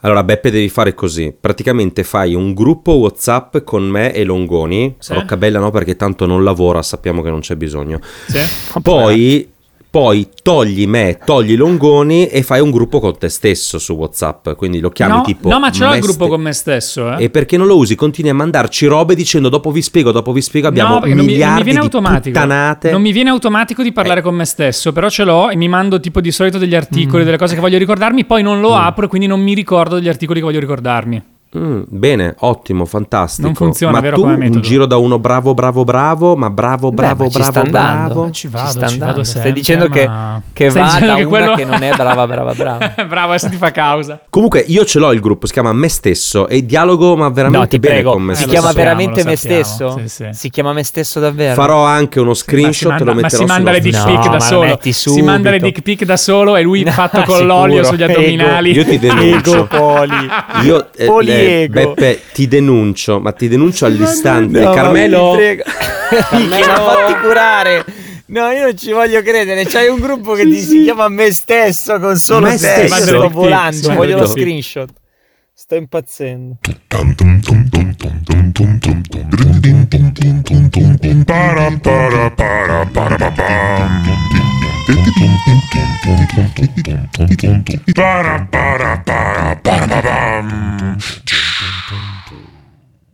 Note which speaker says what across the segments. Speaker 1: Allora, Beppe, devi fare così. Praticamente fai un gruppo WhatsApp con me e Longoni.
Speaker 2: Sì.
Speaker 1: Roccabella no, perché tanto non lavora, sappiamo che non c'è bisogno.
Speaker 2: Sì?
Speaker 1: Poi, poi togli me, togli Longoni e fai un gruppo con te stesso su WhatsApp. Quindi lo chiami
Speaker 2: no,
Speaker 1: tipo.
Speaker 2: no, ma ce l'ho
Speaker 1: me
Speaker 2: il gruppo
Speaker 1: ste-
Speaker 2: con me stesso. Eh.
Speaker 1: E perché non lo usi? Continui a mandarci robe dicendo dopo vi spiego, dopo vi spiego. Abbiamo
Speaker 2: no, perché non mi, non mi
Speaker 1: miliardi
Speaker 2: viene
Speaker 1: di
Speaker 2: automatico.
Speaker 1: puttanate.
Speaker 2: Non mi viene automatico di parlare con me stesso, però ce l'ho e mi mando tipo di solito degli articoli, delle cose che voglio ricordarmi, poi non lo apro e quindi non mi ricordo degli articoli che voglio ricordarmi.
Speaker 1: Mm, bene, ottimo, fantastico.
Speaker 2: Non funziona,
Speaker 1: ma
Speaker 2: vero,
Speaker 1: tu
Speaker 2: come metodo?
Speaker 1: un giro da uno bravo, bravo, bravo, ma bravo,
Speaker 3: Beh,
Speaker 1: bravo,
Speaker 3: ma ci sta
Speaker 1: bravo,
Speaker 3: andando.
Speaker 1: bravo.
Speaker 2: Ci
Speaker 3: sta
Speaker 2: vado, ci
Speaker 3: andando.
Speaker 2: vado
Speaker 3: Stai
Speaker 2: sempre,
Speaker 3: dicendo che-
Speaker 2: ma-
Speaker 3: che
Speaker 2: Stai
Speaker 3: va
Speaker 2: dicendo
Speaker 3: da una che non è brava, brava, brava.
Speaker 2: brava, adesso ti fa causa.
Speaker 1: Comunque io ce l'ho il gruppo, si chiama Me stesso e dialogo ma veramente
Speaker 3: no, ti
Speaker 1: bene
Speaker 3: prego,
Speaker 1: con me
Speaker 2: Eh,
Speaker 3: si
Speaker 2: lo
Speaker 1: stesso.
Speaker 3: chiama
Speaker 2: sappiamo,
Speaker 3: veramente
Speaker 2: lo
Speaker 3: me
Speaker 2: sappiamo,
Speaker 3: stesso?
Speaker 2: sì, sì.
Speaker 3: Si chiama me stesso davvero?
Speaker 1: Farò anche uno
Speaker 2: Ma si
Speaker 1: screenshot
Speaker 2: manda-
Speaker 1: e lo
Speaker 2: ma
Speaker 1: metterò
Speaker 2: si manda le
Speaker 1: sul
Speaker 2: dick
Speaker 3: No,
Speaker 2: pic
Speaker 3: ma
Speaker 2: da solo.
Speaker 3: metti
Speaker 2: Si manda le
Speaker 3: subito.
Speaker 2: dick pic da solo e lui
Speaker 3: No,
Speaker 2: fatto con
Speaker 3: sicuro.
Speaker 2: l'olio sugli
Speaker 3: Ego.
Speaker 2: addominali.
Speaker 1: Io ti denuncio.
Speaker 3: Ego Poli.
Speaker 1: Io eh, eh,
Speaker 3: Poliego.
Speaker 1: Beppe ti denuncio, ma ti denuncio all'istante.
Speaker 3: No, ma
Speaker 1: Carmelo,
Speaker 3: vi prego. Mica, ma fatti curare. No, io non ci voglio credere. C'hai un gruppo che ti si chiama me stesso con solo
Speaker 1: Me
Speaker 3: me
Speaker 1: stesso.
Speaker 3: stesso. Sto
Speaker 2: Sì,
Speaker 3: volando,
Speaker 2: sì,
Speaker 3: voglio
Speaker 1: sì.
Speaker 3: lo screenshot. Sto impazzendo.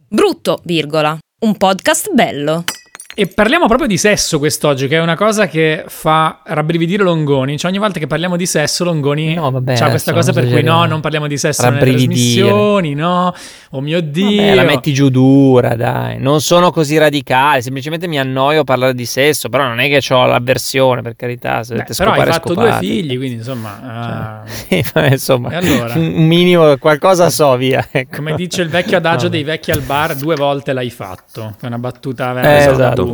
Speaker 4: Brutto, virgola. Un podcast bello.
Speaker 2: E parliamo proprio di sesso quest'oggi, che è una cosa che fa rabbrividire Longoni. Cioè, ogni volta che parliamo di sesso, Longoni
Speaker 3: No, vabbè,
Speaker 2: c'ha questa cosa
Speaker 3: adesso non
Speaker 2: per cui no,
Speaker 3: esageriamo.
Speaker 2: non parliamo di sesso nelle
Speaker 3: Rabbrividire.
Speaker 2: trasmissioni, no. Oh mio Dio.
Speaker 3: Vabbè, Eh, la metti giù dura, dai. Non sono così radicale, semplicemente mi annoio a parlare di sesso, però non è che ho l'avversione, per carità, se
Speaker 2: Beh,
Speaker 3: dovete
Speaker 2: però hai
Speaker 3: scopare,
Speaker 2: fatto due
Speaker 3: scopate.
Speaker 2: figli, quindi insomma. ah,
Speaker 3: Sì, vabbè, insomma,
Speaker 2: E allora?
Speaker 3: un minimo qualcosa so, via. ecco.
Speaker 2: Come dice il vecchio adagio
Speaker 3: No,
Speaker 2: dei
Speaker 3: no.
Speaker 2: vecchi al bar, due volte l'hai fatto. È una battuta veramente
Speaker 3: Eh,
Speaker 2: da
Speaker 3: esatto.
Speaker 2: boomer.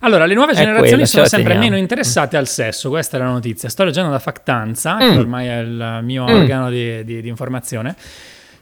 Speaker 2: Allora, le nuove
Speaker 3: È
Speaker 2: generazioni
Speaker 3: quella, ce
Speaker 2: sono
Speaker 3: la
Speaker 2: sempre
Speaker 3: teniamo.
Speaker 2: meno interessate al sesso, questa è la notizia. Sto leggendo da Factanza, che
Speaker 3: Mm.
Speaker 2: ormai è il mio
Speaker 3: Mm.
Speaker 2: organo di, di- di informazione.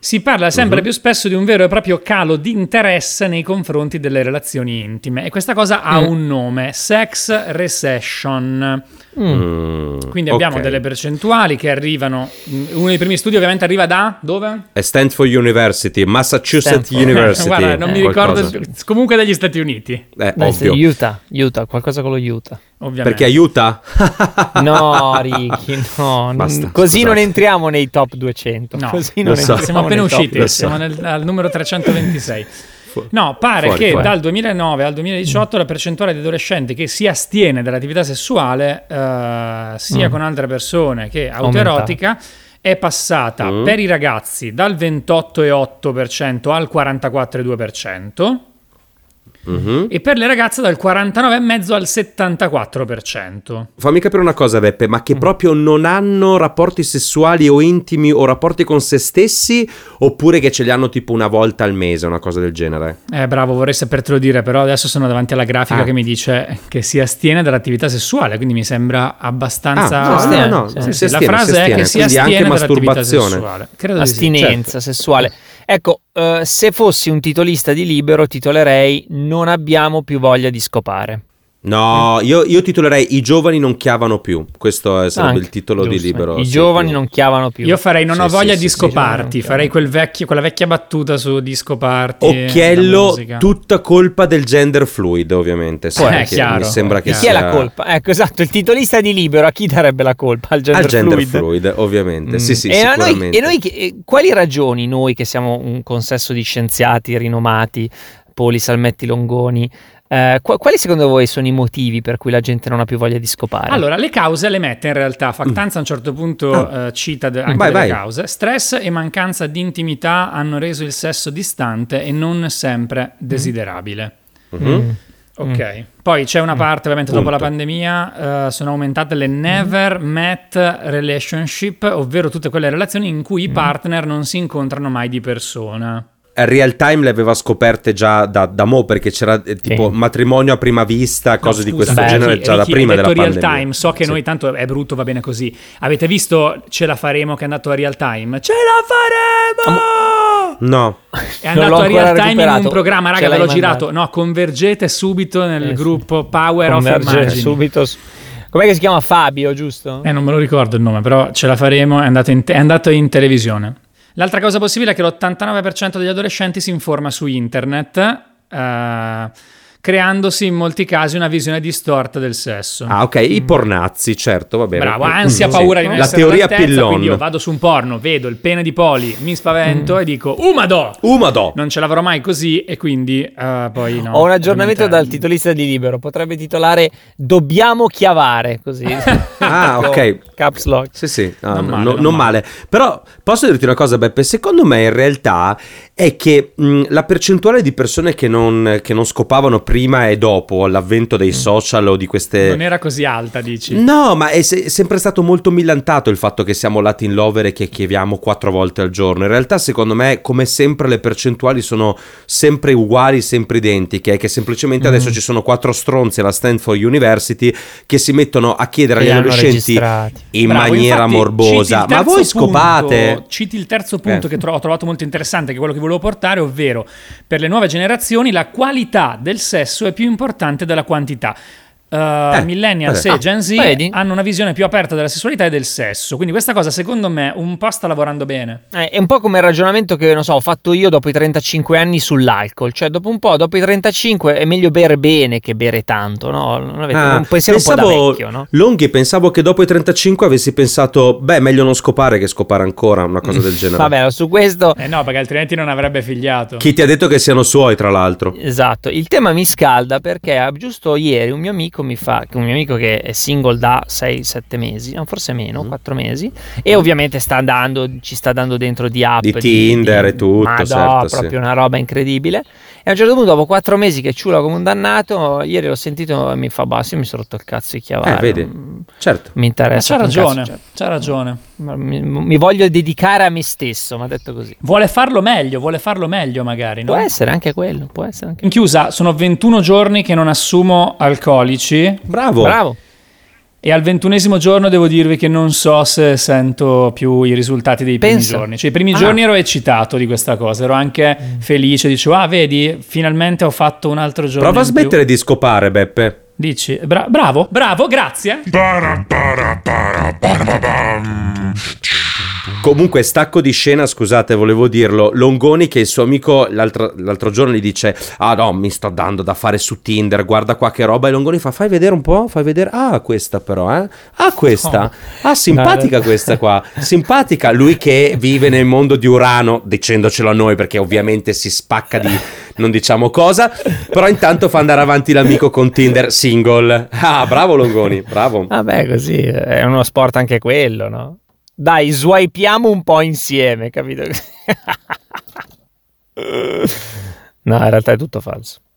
Speaker 2: Si parla sempre
Speaker 3: Mm-hmm.
Speaker 1: Mhm.
Speaker 2: più spesso di un vero e proprio calo di interesse nei confronti delle relazioni intime e questa cosa ha
Speaker 3: Mm.
Speaker 2: un nome, sex recession.
Speaker 3: Mm.
Speaker 1: Mm,
Speaker 2: Quindi abbiamo
Speaker 1: ok.
Speaker 2: delle percentuali che arrivano, mm, uno dei primi studi ovviamente arriva da dove?
Speaker 1: È Stanford University, Massachusetts
Speaker 3: Stanford.
Speaker 1: University.
Speaker 2: Eh,
Speaker 1: Eh,
Speaker 2: Guarda, non mi ricordo.
Speaker 1: qualcosa.
Speaker 2: Comunque dagli Stati Uniti,
Speaker 1: Eh,
Speaker 3: Dai, se-
Speaker 1: ovvio.
Speaker 3: Utah, Utah, qualcosa con lo Utah.
Speaker 2: ovviamente.
Speaker 1: Perché aiuta?
Speaker 3: No, Ricky, no.
Speaker 1: Basta,
Speaker 3: non- così non
Speaker 1: scusate.
Speaker 3: entriamo nei top 200.
Speaker 2: No,
Speaker 3: così
Speaker 1: lo
Speaker 3: non
Speaker 1: so.
Speaker 3: entriamo
Speaker 2: Siamo appena
Speaker 3: nei top
Speaker 2: usciti,
Speaker 1: lo so.
Speaker 2: siamo nel- al numero 326. No, pare
Speaker 1: Fuori,
Speaker 2: che
Speaker 1: fuori.
Speaker 2: dal 2009 al 2018 la percentuale di adolescenti che si astiene dall'attività sessuale, eh, sia
Speaker 3: Mm.
Speaker 2: con altre persone che
Speaker 3: Aumentata.
Speaker 2: autoerotica, è passata
Speaker 1: Mm.
Speaker 2: per i ragazzi dal 28,8% al 44,2%.
Speaker 1: Mhm.
Speaker 2: E per le ragazze dal 49,5% al 74%.
Speaker 1: Fammi capire una cosa, Beppe, ma
Speaker 3: Mm.
Speaker 1: che proprio non hanno rapporti sessuali o intimi o rapporti con se stessi oppure che ce li hanno tipo una volta al mese, una cosa del genere?
Speaker 2: Eh, bravo, vorrei sapertelo dire, però adesso sono davanti alla grafica
Speaker 1: Ah.
Speaker 2: che mi dice che si astiene dall'attività sessuale, quindi mi sembra abbastanza.
Speaker 1: Ah, no,
Speaker 3: no,
Speaker 2: Sì,
Speaker 3: no,
Speaker 2: sì,
Speaker 3: no,
Speaker 2: sì,
Speaker 1: si
Speaker 2: la
Speaker 1: astiene, si
Speaker 2: frase è che
Speaker 1: astiene,
Speaker 2: si
Speaker 1: quindi
Speaker 2: astiene
Speaker 1: anche
Speaker 2: dall'attività
Speaker 1: masturbazione.
Speaker 2: sessuale. Credo di sì. certo.
Speaker 1: certo.
Speaker 3: Astinenza sessuale. Ecco, eh, se fossi un titolista di libero, titolerei Non abbiamo più voglia di scopare. Mm.
Speaker 1: No, io, io titolerei I giovani non chiavano più. Questo è- sarebbe
Speaker 3: Anche,
Speaker 1: il titolo di
Speaker 3: Ah, giusto.
Speaker 1: libero.
Speaker 3: I
Speaker 1: sì,
Speaker 3: giovani
Speaker 1: più.
Speaker 3: non chiavano più.
Speaker 2: Io farei non
Speaker 1: Sì,
Speaker 2: ho
Speaker 1: sì,
Speaker 2: voglia
Speaker 1: sì,
Speaker 2: di
Speaker 1: sì,
Speaker 2: scoparti,
Speaker 3: sì, sì.
Speaker 2: farei quel vecchio- quella vecchia battuta su di scoparti. la
Speaker 1: Occhiello,
Speaker 2: musica.
Speaker 1: tutta colpa del gender fluid, ovviamente. sai,
Speaker 2: Eh,
Speaker 1: perché
Speaker 2: chiaro.
Speaker 1: mi sembra che
Speaker 3: E chi è la
Speaker 1: sia-
Speaker 3: colpa? Ecco, esatto, il titolista di libero a chi darebbe la colpa? Al gender,
Speaker 1: Al gender
Speaker 3: fluid.
Speaker 1: fluid, ovviamente. Sì,
Speaker 3: Mm.
Speaker 1: sì,
Speaker 3: e a noi-
Speaker 1: sicuramente.
Speaker 3: e noi che- eh, quali ragioni noi che siamo un consesso di scienziati rinomati, Poli, Salmetti, Longoni, eh, qua- quali secondo voi sono i motivi per cui la gente non ha più voglia di scopare?
Speaker 2: Allora, le cause le mette in realtà. Factanza a un certo punto eh, cita de- anche
Speaker 1: Mm. Ah. Vai,
Speaker 2: delle
Speaker 1: vai.
Speaker 2: cause. Stress e mancanza di intimità hanno reso il sesso distante e non sempre
Speaker 1: Mm.
Speaker 2: desiderabile.
Speaker 1: Mhm.
Speaker 3: Mm.
Speaker 2: Ok, poi c'è una parte ovviamente dopo la
Speaker 1: Punto. Mm.
Speaker 2: pandemia eh, sono aumentate le never met relationship, ovvero tutte quelle relazioni in
Speaker 1: Mm.
Speaker 2: cui i partner non si incontrano mai di persona.
Speaker 1: Real Time le aveva scoperte già da, da mo perché c'era eh, tipo
Speaker 3: Sì.
Speaker 1: matrimonio a prima vista, cose di
Speaker 2: scusa,
Speaker 1: questo
Speaker 2: beh,
Speaker 1: genere
Speaker 2: Ricky-
Speaker 1: già da
Speaker 2: Ricky,
Speaker 1: prima
Speaker 2: hai
Speaker 1: della
Speaker 2: detto real
Speaker 1: pandemia.
Speaker 2: time, so che
Speaker 1: Sì.
Speaker 2: noi tanto è brutto, va bene così. Avete visto ce la faremo che è andato a real time? Ce la faremo!
Speaker 1: No,
Speaker 2: È
Speaker 3: Non
Speaker 2: andato
Speaker 3: l'ho
Speaker 2: a real
Speaker 3: ancora
Speaker 2: time in un
Speaker 3: recuperato.
Speaker 2: programma, raga,
Speaker 3: Ce
Speaker 2: ve l'ho
Speaker 3: l'hai
Speaker 2: girato. No, convergete subito nel
Speaker 3: Eh, sì.
Speaker 2: gruppo Power of
Speaker 3: Converge
Speaker 2: Immagini.
Speaker 3: subito. su- Com'è che si chiama Fabio, giusto?
Speaker 2: Eh, non me lo ricordo il nome, però ce la faremo. È andato in, te- è andato in televisione. L'altra causa possibile è che l'89% degli adolescenti si informa su internet, eh, creandosi in molti casi una visione distorta del sesso.
Speaker 1: Ah, ok, i pornazzi, certo, va bene.
Speaker 2: Mm. Bravo,
Speaker 1: Mm,
Speaker 2: ansia,
Speaker 1: sì.
Speaker 2: paura di non
Speaker 1: La
Speaker 2: essere
Speaker 1: teoria
Speaker 2: all'altezza,
Speaker 1: pillon. Mm.
Speaker 2: Quindi io vado su un porno, vedo il pene di Poli, mi spavento e dico Umadò!
Speaker 1: Umado.
Speaker 2: Non ce l'avrò mai così e quindi eh, poi no.
Speaker 3: Ho un aggiornamento
Speaker 2: ovviamente-
Speaker 3: dal titolista di Libero, potrebbe titolare Dobbiamo chiavare, così.
Speaker 1: Ah,
Speaker 3: Proprio
Speaker 1: ok.
Speaker 3: Caps lock.
Speaker 1: Sì, sì, ah,
Speaker 2: Non
Speaker 1: no,
Speaker 2: male,
Speaker 1: no-
Speaker 2: non
Speaker 1: non male. Però posso dirti una cosa, Beppe? Secondo me in realtà è che mh, la percentuale di persone che non, che non scopavano prima e dopo l'avvento dei social o di queste.
Speaker 2: Mm. Non era così alta, dici?
Speaker 1: No, ma è se- sempre stato molto millantato il fatto che siamo Latin lover e che chiediamo quattro volte al giorno. In realtà, secondo me, come sempre, le percentuali sono sempre uguali, sempre identiche. È che semplicemente
Speaker 3: Mm-hmm.
Speaker 1: adesso ci sono quattro stronzi alla Stanford University che si mettono a chiedere agli
Speaker 3: Li hanno
Speaker 1: adolescenti
Speaker 3: registrati.
Speaker 1: in
Speaker 2: Bravo,
Speaker 1: maniera
Speaker 2: infatti, citi il
Speaker 1: morbosa. Ma
Speaker 2: terzo
Speaker 1: voi
Speaker 2: punto-
Speaker 1: scopate?
Speaker 2: citi il terzo punto
Speaker 1: Eh.
Speaker 2: che tro- ho trovato molto interessante, che è quello che volevo portare, ovvero per le nuove generazioni la qualità del sesso è più importante della quantità. Uh,
Speaker 1: Eh,
Speaker 2: millennials
Speaker 1: vabbè.
Speaker 2: e Gen Z
Speaker 3: Ah, vedi?
Speaker 2: hanno una visione più aperta della sessualità e del sesso. Quindi questa cosa, secondo me, un po' sta lavorando bene.
Speaker 3: Eh, è un po' come il ragionamento che non so, ho fatto io dopo i 35 anni sull'alcol, cioè dopo un po', dopo i 35 è meglio bere bene che bere tanto, no? Non avete
Speaker 1: Ah,
Speaker 3: un pensiero un po'
Speaker 1: pensavo-
Speaker 3: da vecchio, no?
Speaker 1: Longhi, pensavo che dopo i 35 avessi pensato, beh, meglio non scopare che scopare ancora, una cosa
Speaker 2: Mm.
Speaker 1: del genere.
Speaker 3: Vabbè, su questo
Speaker 2: Eh no, perché altrimenti non avrebbe figliato.
Speaker 1: Chi ti ha detto che siano suoi, tra l'altro?
Speaker 3: Esatto, il tema mi scalda perché ah, giusto ieri un mio amico mi fa, un mio amico che è single da 6-7 mesi, no, forse meno,
Speaker 1: Mm.
Speaker 3: 4 mesi, e ovviamente sta andando, ci sta dando dentro di app.
Speaker 1: Di Tinder e tutto,
Speaker 3: ma no,
Speaker 1: certo, sì.
Speaker 3: proprio una roba incredibile. E a un certo punto dopo 4 mesi che ciula come un dannato, ieri l'ho sentito e mi fa, basta, mi sono rotto il cazzo di chiavare.
Speaker 1: Eh, vedi.
Speaker 3: non-
Speaker 1: Certo.
Speaker 3: Mi
Speaker 2: Ma
Speaker 3: interessa.
Speaker 2: c'ha
Speaker 3: più un
Speaker 2: ragione,
Speaker 3: cazzo,
Speaker 2: c'ha ragione.
Speaker 3: cioè, mi, mi voglio dedicare a me stesso, mi ha detto così.
Speaker 2: Vuole farlo meglio, vuole farlo meglio magari, no?
Speaker 3: Può essere anche quello, può essere anche
Speaker 2: In chiusa, sono 21 giorni che non assumo alcolici
Speaker 1: Bravo.
Speaker 3: Bravo.
Speaker 2: e al ventunesimo giorno devo dirvi che non so se sento più i risultati dei primi
Speaker 3: Pensa.
Speaker 2: giorni. Cioè, i primi
Speaker 3: Ah.
Speaker 2: giorni ero eccitato di questa cosa, ero anche
Speaker 1: Mm.
Speaker 2: felice, dicevo, ah vedi, finalmente ho fatto un altro giorno
Speaker 1: Prova a
Speaker 2: in più."
Speaker 1: smettere di scopare, Beppe.
Speaker 2: Dici, "Bra- bravo, bravo, grazie.
Speaker 1: Comunque, stacco di scena, scusate, volevo dirlo. Longoni, che il suo amico l'altro, l'altro giorno gli dice: Ah no, mi sto dando da fare su Tinder, guarda qua che roba. E Longoni fa: Fai vedere un po', fai vedere. Ah, questa però, eh. Ah, questa.
Speaker 2: No.
Speaker 1: Ah, simpatica
Speaker 3: No,
Speaker 1: questa qua. Simpatica. Lui che vive nel mondo di Urano, dicendocelo a noi, perché ovviamente si spacca di non diciamo cosa. Però intanto fa andare avanti l'amico con Tinder single. Ah, bravo Longoni, bravo.
Speaker 3: Vabbè, così eh, è uno sport anche quello, no? Dai, swipiamo un po' insieme, capito? no, in realtà è tutto falso.